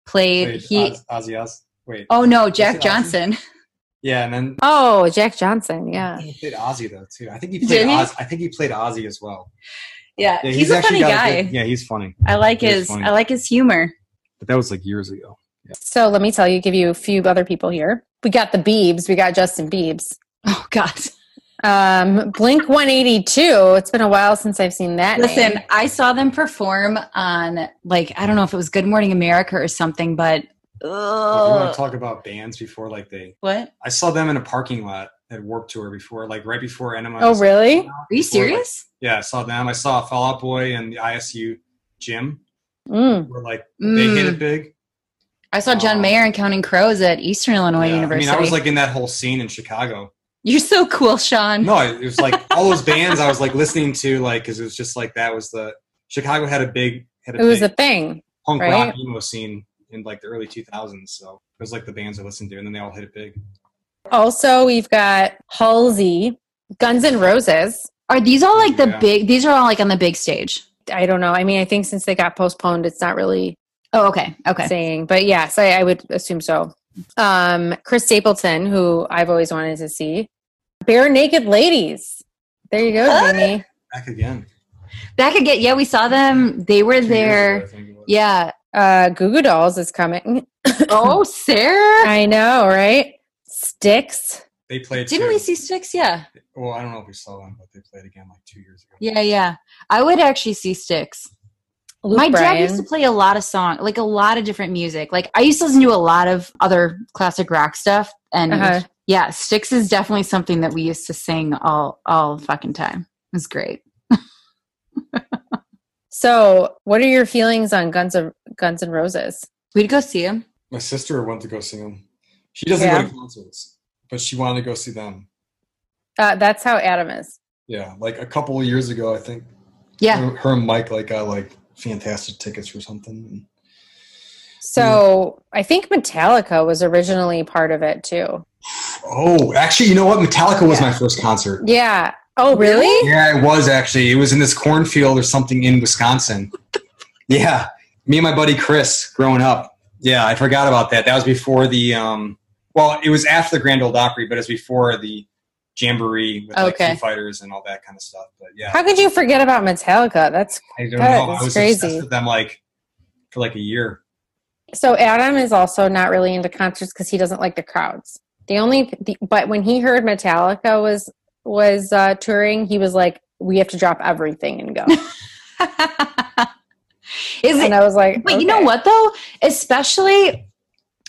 played? wait, he. Oz, Ozzy Oz. Wait. oh no, Jack it Ozzy? Johnson. Yeah, and then Oh, Jack Johnson. Yeah. he played Ozzy though too. I think he Did played. he? Oz, I think he played Ozzy as well. yeah, Yeah, he's, a actually funny got guy. good- yeah, he's funny. I like He's his. funny. I like his humor. But that was like years ago. So let me tell you, give you a few other people here. We got the Biebs. We got Justin Biebs. Oh God! Um, Blink 182. It's been a while since I've seen that. Listen, name. I saw them perform on like I don't know if it was Good Morning America or something, but Oh, you want Ugh. to talk about bands before like they? what? I saw them in a parking lot at Warp Tour before, like right before Enema. Oh, really? Are you serious? Yeah, I saw them. I saw Fall Out Boy and the ISU gym Mm. where like they hit Mm. it big. I saw John Um, Mayer and Counting Crows at Eastern Illinois Yeah, Oh, University. I mean, I was like in that whole scene in Chicago. You're so cool, Sean. No, it was like all those bands I was like listening to, like because it was just like that was the Chicago had a big had a It was a big thing. punk right? rock emo scene in like the early 2000s. So it was like the bands I listened to, and then they all hit it big. Also, we've got Halsey, Guns N' Roses. Are these all like the Yeah. big? These are all like on the big stage. I don't know. I mean, I think since they got postponed, it's not really Oh, okay. Okay. saying, but yes, I, I would assume so. Um, Chris Stapleton, who I've always wanted to see. Bare Naked Ladies. There you go, Huh? Jamie. Back again. That could get, yeah, we saw them. They were Two years ago, there. I think it was. Yeah. Uh, Goo Goo Dolls is coming. Oh, Sarah. I know, right? Sticks. They played. Didn't too. we see Sticks? Yeah. Well, I don't know if we saw them, but they played again like two years ago. Yeah. Yeah. I would actually see Sticks. Luke My dad Bryan. used to play a lot of song, like a lot of different music. Like I used to listen to a lot of other classic rock stuff. And Uh-huh. yeah, Sticks is definitely something that we used to sing all, all fucking time. It was great. So, what are your feelings on Guns of Guns and Roses? We'd go see him. My sister went to go see them. She doesn't Yeah. go to concerts, but she wanted to go see them. Uh, that's how Adam is. Yeah, like a couple of years ago, I think. Mm. Yeah. Her, her and Mike like got like fantastic tickets for something. So, I think Metallica was originally part of it too. Oh, actually, you know what? Metallica was my first concert. Yeah. Oh, really? Yeah, it was actually. It was in this cornfield or something in Wisconsin. yeah, me and my buddy Chris growing up. Yeah, I forgot about that. That was before the. um Well, it was after the Grand Old Opry, but it's before the jamboree with like, Okay. Foo Fighters and all that kind of stuff. But yeah, How could you forget about Metallica? That's I don't That know. I is was crazy. obsessed with them like for like a year. so Adam is also not really into concerts because he doesn't like the crowds. The only the, but when he heard Metallica was was uh, touring, he was like, "We have to drop everything and go." Is it and I was like, But you know "Okay." what though? Especially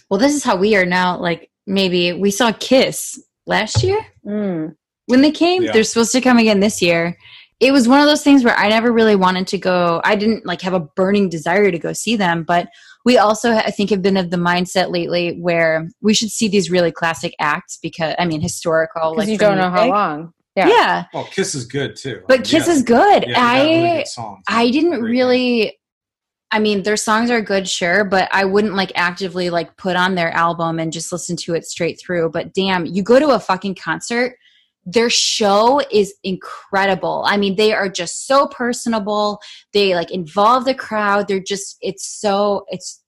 well, this is how we are now. Like maybe we saw Kiss last year Mm. when they came. Yeah. They're supposed to come again this year. It was one of those things where I never really wanted to go. I didn't like have a burning desire to go see them, but we also I think have been of the mindset lately where we should see these really classic acts because I mean historical. 'Cause Like you for eh? don't know how music. long. Yeah. Yeah. Well, Kiss is good too. but Kiss is good. I I didn't Great really. I mean, their songs are good, sure, but I wouldn't like actively like put on their album and just listen to it straight through. But damn, you go to a fucking concert. Their show is incredible. I mean, they are just so personable. They like involve the crowd. They're just it's so it's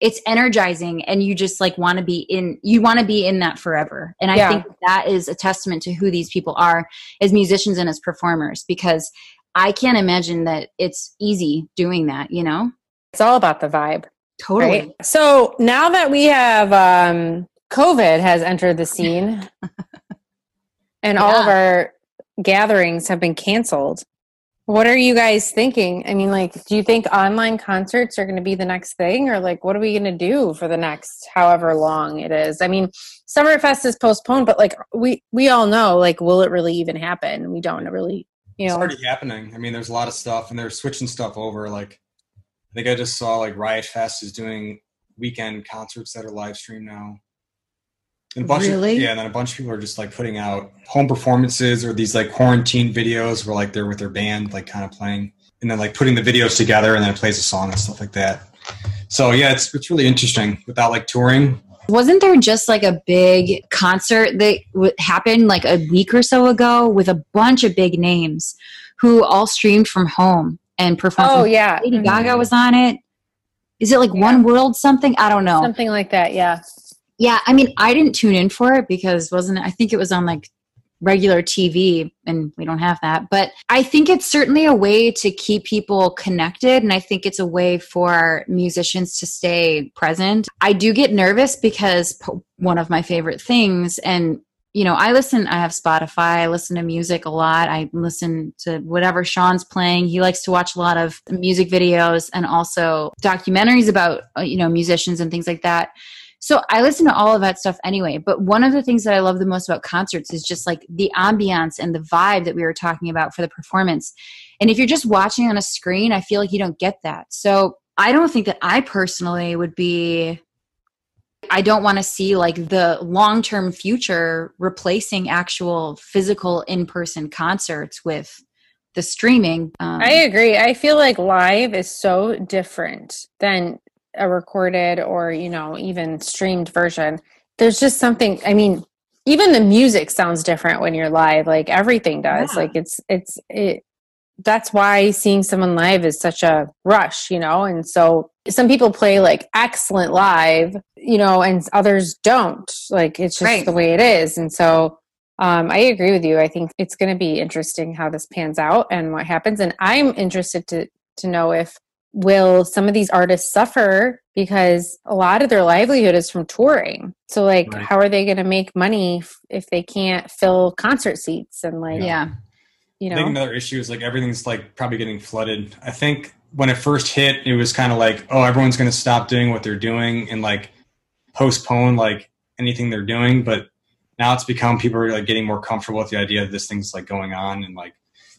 it's energizing and you just like want to be in you want to be in that forever. And I Yeah. think that is a testament to who these people are as musicians and as performers because I can't imagine that it's easy doing that, you know? It's all about the vibe. Totally. Right. So now that we have um, COVID has entered the scene, and all of Yeah. our gatherings have been canceled. What are you guys thinking? I mean, like, do you think online concerts are going to be the next thing, or like, what are we going to do for the next however long it is? I mean, Summerfest is postponed, but like, we we all know, like, will it really even happen? We don't really, you It's know. already happening. I mean, there's a lot of stuff, and they're switching stuff over. Like, I think I just saw like Riot Fest is doing weekend concerts that are live streamed now. And a bunch Really? Of, yeah, and then a bunch of people are just like putting out home performances or these like quarantine videos where like they're with their band, like kind of playing, and then like putting the videos together, and then it plays a song and stuff like that. So yeah, it's it's really interesting without like touring. Wasn't there just like a big concert that w- happened like a week or so ago with a bunch of big names who all streamed from home and performed? Oh from- yeah, Lady Gaga was on it. Is it like One World something? I don't know. something like that. Yeah. Yeah, I mean, I didn't tune in for it because wasn't it, I think it was on like regular TV and we don't have that. But I think it's certainly a way to keep people connected and I think it's a way for musicians to stay present. I do get nervous because p- one of my favorite things and you know, I listen, I have Spotify, I listen to music a lot. I listen to whatever Sean's playing. He likes to watch a lot of music videos and also documentaries about, uh, you know, musicians and things like that. So I listen to all of that stuff anyway. But one of the things that I love the most about concerts is just like the ambiance and the vibe that we were talking about for the performance. And if you're just watching on a screen, I feel like you don't get that. So I don't think that I personally would be. I don't want to see like the long term future replacing actual physical in person concerts with the streaming. Um, I agree. I feel like live is so different than a recorded or, you know, even streamed version. There's just something, I mean, even the music sounds different when you're live, like everything does. Yeah. Like it's it's it that's why seeing someone live is such a rush, you know? And so some people play like excellent live, you know, and others don't. Like it's just Right. the way it is. And so um, I agree with you. I think it's going to be interesting how this pans out and what happens. And I'm interested to to know if will some of these artists suffer because a lot of their livelihood is from touring. So like, Right. how are they going to make money f- if they can't fill concert seats and like, yeah. you I think know, another issue is like everything's like probably getting flooded. I think when it first hit, it was kind of like, oh, everyone's going to stop doing what they're doing and like postpone like anything they're doing. But now it's become people are like getting more comfortable with the idea that this thing's like going on and like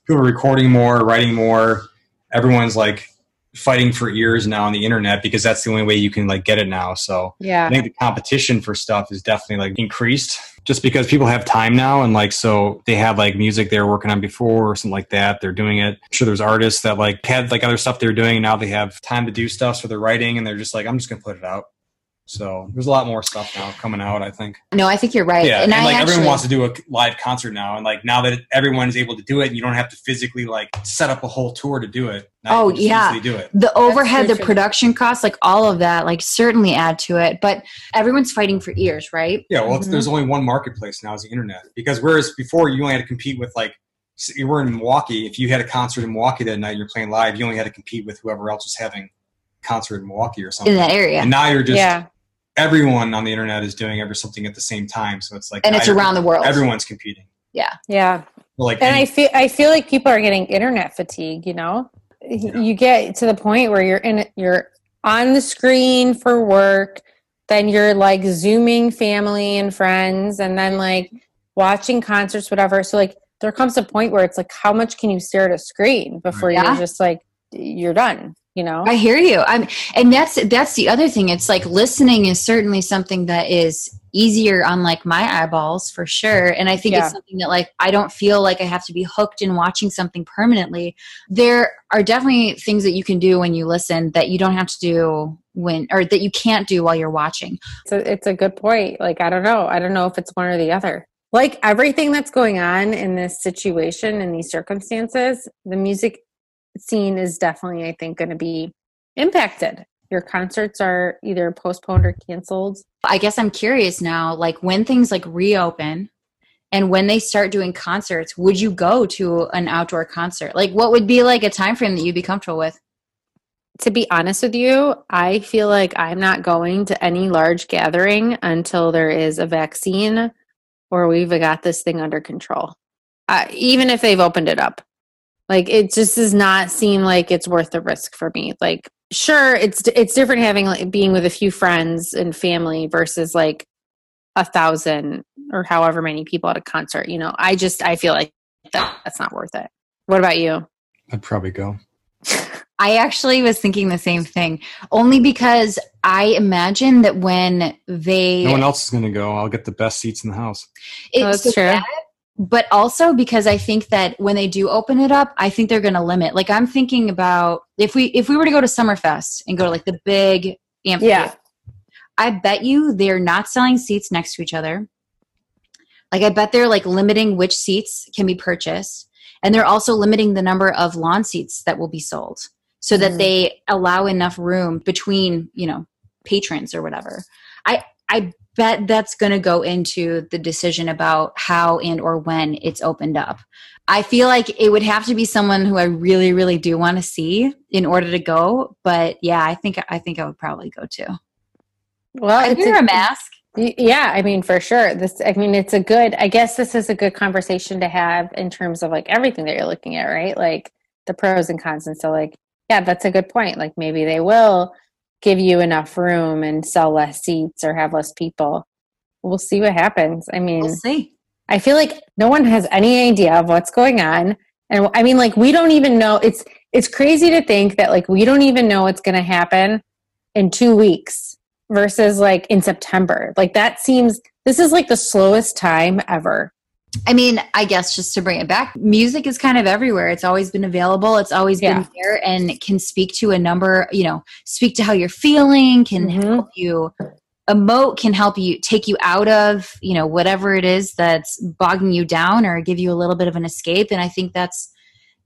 people are recording more, writing more. Everyone's like fighting for ears now on the internet because that's the only way you can like get it now. So I yeah, think the competition for stuff is definitely like increased just because people have time now and like so they have like music they were working on before or something like that. They're doing it. I'm sure there's artists that like had like other stuff they were doing and now they have time to do stuff so they're writing and they're just like, I'm just gonna put it out. So there's a lot more stuff now coming out. I think. No, I think you're right. Yeah, and, and, I like actually, everyone wants to do a live concert now, and like now that everyone is able to do it, and you don't have to physically like set up a whole tour to do it. Now Oh, you can just yeah. easily do it. the overhead, true, the too. production costs, like all of that, like certainly add to it. But everyone's fighting for ears, right? Yeah, well, it's, Mhm. there's Mm-hmm. only one marketplace now is the internet. Because whereas before you only had to compete with like s- you were in Milwaukee, if you had a concert in Milwaukee that night, and you're playing live, you only had to compete with whoever else was having a concert in Milwaukee or something. In that area. And now you're just yeah. everyone on the internet is doing every something at the same time, so it's like And now it's you're- around the world. Everyone's competing. Yeah. Like And you- I feel I feel like people are getting internet fatigue, you know? You get to the point where you're in you're on the screen for work, then you're like zooming family and friends and then like watching concerts whatever. So like there comes a point where it's like how much can you stare at a screen before Yeah. you're just like you're done, you know? I hear you. I'm, and that's that's the other thing. It's like listening is certainly something that is easier on like my eyeballs for sure. And I think Yeah. it's something that like I don't feel like I have to be hooked in watching something permanently. There are definitely things that you can do when you listen that you don't have to do when or that you can't do while you're watching. It's a, it's a good point. Like, I don't know. I don't know if it's one or the other. Like everything that's going on in this situation and these circumstances, the music scene is definitely, I think, going to be impacted. Your concerts are either postponed or canceled. I guess I'm curious now, like when things like reopen and when they start doing concerts, would you go to an outdoor concert? Like what would be like a time frame that you'd be comfortable with? To be honest with you, I feel like I'm not going to any large gathering until there is a vaccine or we've got this thing under control. Uh, even if they've opened it up. Like it just does not seem like it's worth the risk for me. Like sure, it's it's different having like being with a few friends and family versus like a thousand or however many people at a concert. You know, I just I feel like that, that's not worth it. What about you? I'd probably go. I actually was thinking the same thing, only because I imagine that when they, No one else is going to go. I'll get the best seats in the house. it- Oh, that's so true. that- but also because I think that when they do open it up, I think they're going to limit. Like I'm thinking about if we if we were to go to Summerfest and go to like the big amphitheater, Yeah. I bet you they're not selling seats next to each other. Like I bet they're like limiting which seats can be purchased, and they're also limiting the number of lawn seats that will be sold so that Mm. they allow enough room between you know patrons or whatever. I I bet that's going to go into the decision about how and or when it's opened up. I feel like it would have to be someone who I really really do want to see in order to go, but yeah, I think I think I would probably go too. Well, I it's wear a- a mask. Y- Yeah, I mean, for sure. This, I mean, it's a good, I guess this is a good conversation to have in terms of like everything that you're looking at, right? Like the pros and cons. And so, like, yeah, that's a good point. Like, maybe they will give you enough room and sell less seats or have less people. We'll see what happens. I mean, We'll see. I feel like no one has any idea of what's going on. And I mean, like, we don't even know. It's, it's crazy to think that like we don't even know what's going to happen in two weeks versus like in September. Like, that seems, this is like the slowest time ever. I mean, I guess just to bring it back, music is kind of everywhere. It's always been available. It's always Yeah. been there and it can speak to a number, you know, speak to how you're feeling, can Mhm. help you emote, can help you take you out of, you know, whatever it is that's bogging you down or give you a little bit of an escape. And I think that's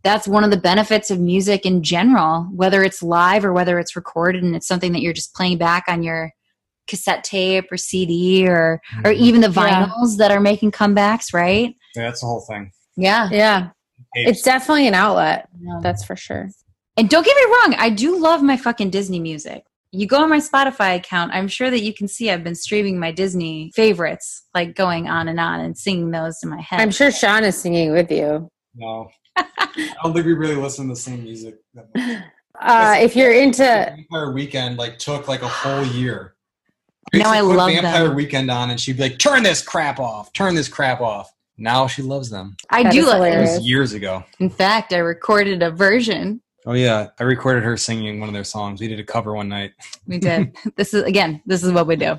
that's one of the benefits of music in general, whether it's live or whether it's recorded and it's something that you're just playing back on your cassette tape or CD or or Mm-hmm. even the Yeah. vinyls that are making comebacks, right? Yeah, that's the whole thing. Yeah. Yeah. It's definitely an outlet. That's for sure. And don't get me wrong, I do love my fucking Disney music. You go on my Spotify account, I'm sure that you can see I've been streaming my Disney favorites, like going on and on and singing those in my head. I'm sure Sean is singing with you. no, I don't think we really listen to the same music. That much. Uh, if you're into, Vampire Weekend like took like a whole year. No, Used to I put love Vampire them. Weekend on, and she'd be like, "Turn this crap off! Turn this crap off!" Now she loves them. I That do is love It hilarious. them. was years ago. In fact, I recorded a version. Oh yeah, I recorded her singing one of their songs. We did a cover one night. We did. this is again, this is what we do.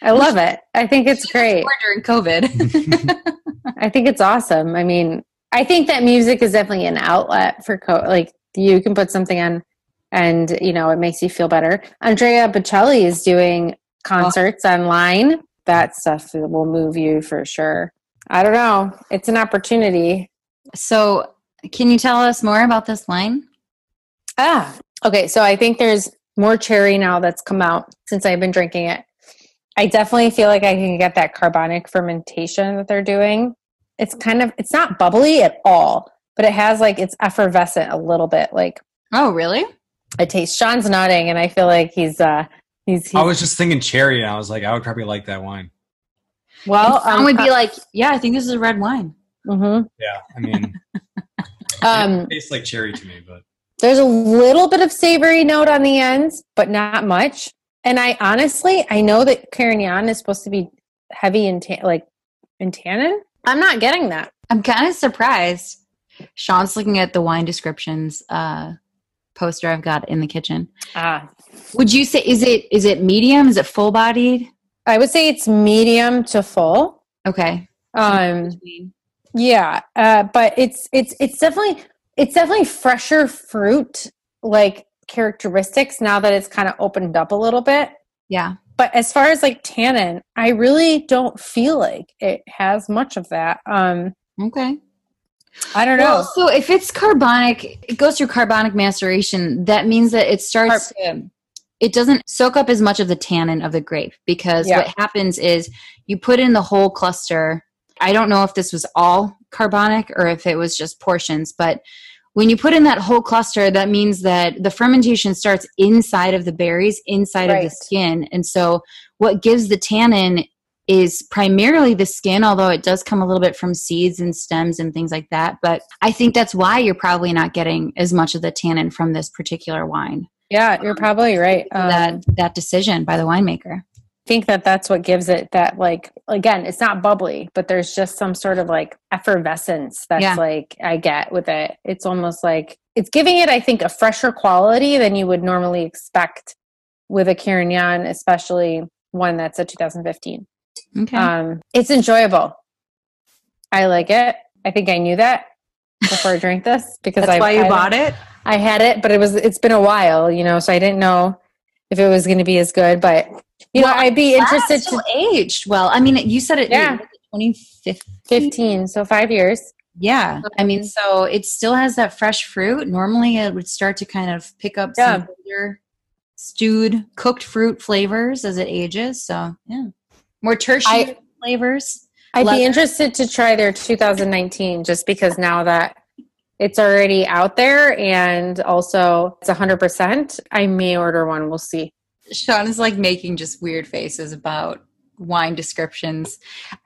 I love it. I think it's great. Or during COVID. I think it's awesome. I mean, I think that music is definitely an outlet for co- like you can put something on and you know it makes you feel better. Andrea Bocelli is doing concerts online. That stuff will move you for sure. I don't know. It's an opportunity. So, can you tell us more about this wine? Ah, okay. So I think there's more cherry now that's come out since I've been drinking it. I definitely feel like I can get that carbonic fermentation that they're doing. It's kind of it's not bubbly at all, but it has like it's effervescent a little bit. Like Oh, really? I taste Sean's nodding, and I feel like he's uh he's, he's I was just thinking cherry, and I was like, I would probably like that wine. well. um, uh, I would be like, yeah, I think this is a red wine. mhm. Yeah, I mean, um, it tastes like cherry to me, but There's a little bit of savory note on the ends, but not much. And I honestly, I know that Carignan is supposed to be heavy in ta- like in tannin. I'm not getting that. I'm kind of surprised. Sean's looking at the wine descriptions uh, poster I've got in the kitchen. Ah, Would you say is it is it medium? Is it full bodied? I would say it's medium to full. Okay. Um, Yeah, uh, but it's it's it's definitely it's definitely fresher fruit like characteristics now that it's kind of opened up a little bit. yeah. But as far as like tannin, I really don't feel like it has much of that. Um, Okay. I don't know. Well, so if it's carbonic, it goes through carbonic maceration. That means that it starts. It doesn't soak up as much of the tannin of the grape because Yeah. what happens is you put in the whole cluster. I don't know if this was all carbonic or if it was just portions, but when you put in that whole cluster, that means that the fermentation starts inside of the berries, inside of Right. the skin. And so what gives the tannin is primarily the skin, although it does come a little bit from seeds and stems and things like that. But I think that's why you're probably not getting as much of the tannin from this particular wine. Yeah, you're probably right. Um, that that decision by the winemaker. think that that's what gives it that like again, it's not bubbly, but there's just some sort of like effervescence that's Yeah. like I get with it. It's almost like it's giving it, I think, a fresher quality than you would normally expect with a Carignan, especially one that's a 2015. Okay. Um, it's enjoyable. I like it. I think I knew that before I drank this because I, I, it? I had it, but it was it's been a while, you know, so I didn't know if it was going to be as good. But you know, Well, I'd be interested That's to still aged well. I mean, you said it. Yeah. Twenty fifth. fifteen, so five years. Yeah. I mean, so it still has that fresh fruit. Normally, it would start to kind of pick up Yeah. some older, stewed, cooked fruit flavors as it ages. So, yeah, more tertiary flavors. I'd Leather. be interested to try their 2019, just because now that it's already out there and also it's 100, percent I may order one. We'll see. Sean is like making just weird faces about wine descriptions.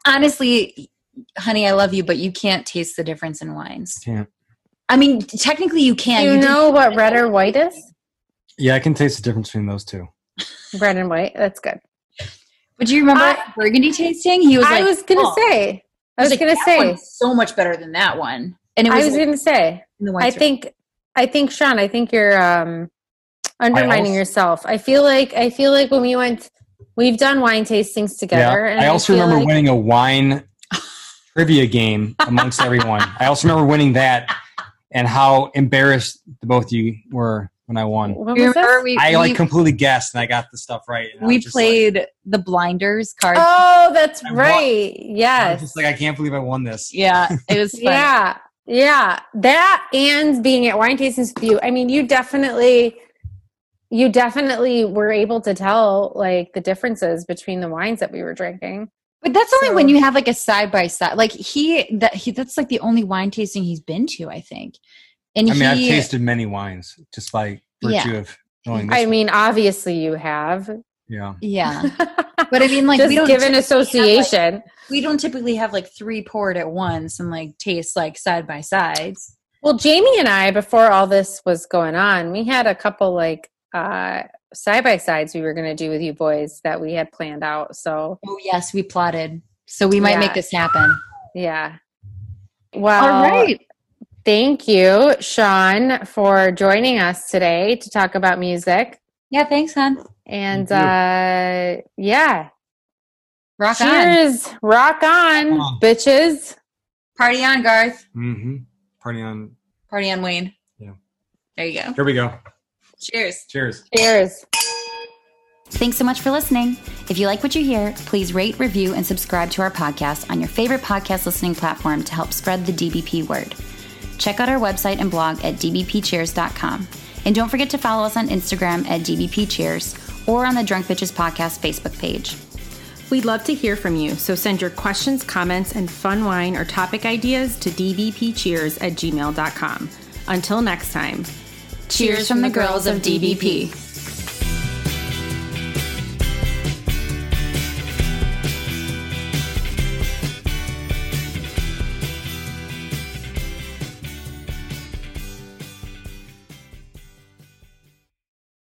Honestly, honey, I love you, but you can't taste the difference in wines. Can't. I mean, technically, you can. Do you did- know what red or white is? yeah, I can taste the difference between those two. Red and white. That's good. But do you remember I- Burgundy tasting? He was I like, was gonna "Oh." say. I was like, gonna "That say. one's so much better than that one. And it I was, was gonna say. in the I white think I think Sean, I think you're um undermining also- yourself. I feel like I feel like when we went we've done wine tastings together Yeah, I also feel remember like- winning a wine trivia game amongst everyone. I also remember winning that, and how embarrassed the both of you were when I won. when You was remember this? we, I we, like completely guessed, and I got the stuff right. and I we was just like- played the blinders card. Oh, that's I won. right. I was Yes. just like, I can't believe I won this. yeah, it was fun. yeah. Yeah. That and being at wine tastings with you. I mean, you definitely you definitely were able to tell like the differences between the wines that we were drinking. But that's only So- when you have like a side by side. Like he that he that's like the only wine tasting he's been to, I think. And I mean, I've he tasted many wines just by virtue of knowing this. I mean, obviously you have. yeah, yeah. But I mean like Just we don't given typ- association. we don't typically have like three poured at once and like taste like side by sides. Well, Jamie and I, before all this was going on, we had a couple like uh side by sides we were gonna do with you boys that we had planned out. So Oh yes, we plotted. So we might Yeah. make this happen. Uh, yeah. Well, All right. thank you, Sean, for joining us today to talk about music. Yeah, thanks, hon. And Thank uh yeah. Rock on. Cheers. Rock on, Rock on. bitches. Party on, Garth. mm-hmm. party on. Party on Wayne. Yeah. There you go. Here we go. Cheers. Cheers. Cheers. Thanks so much for listening. If you like what you hear, please rate, review, and subscribe to our podcast on your favorite podcast listening platform to help spread the DBP word. Check out our website and blog at dbpcheers.com. And don't forget to follow us on Instagram at dbpcheers or on the Drunk Bitches Podcast Facebook page. We'd love to hear from you, so send your questions, comments, and fun wine or topic ideas to dbpcheers at gmail.com. Until next time, Cheers from the girls of DBP.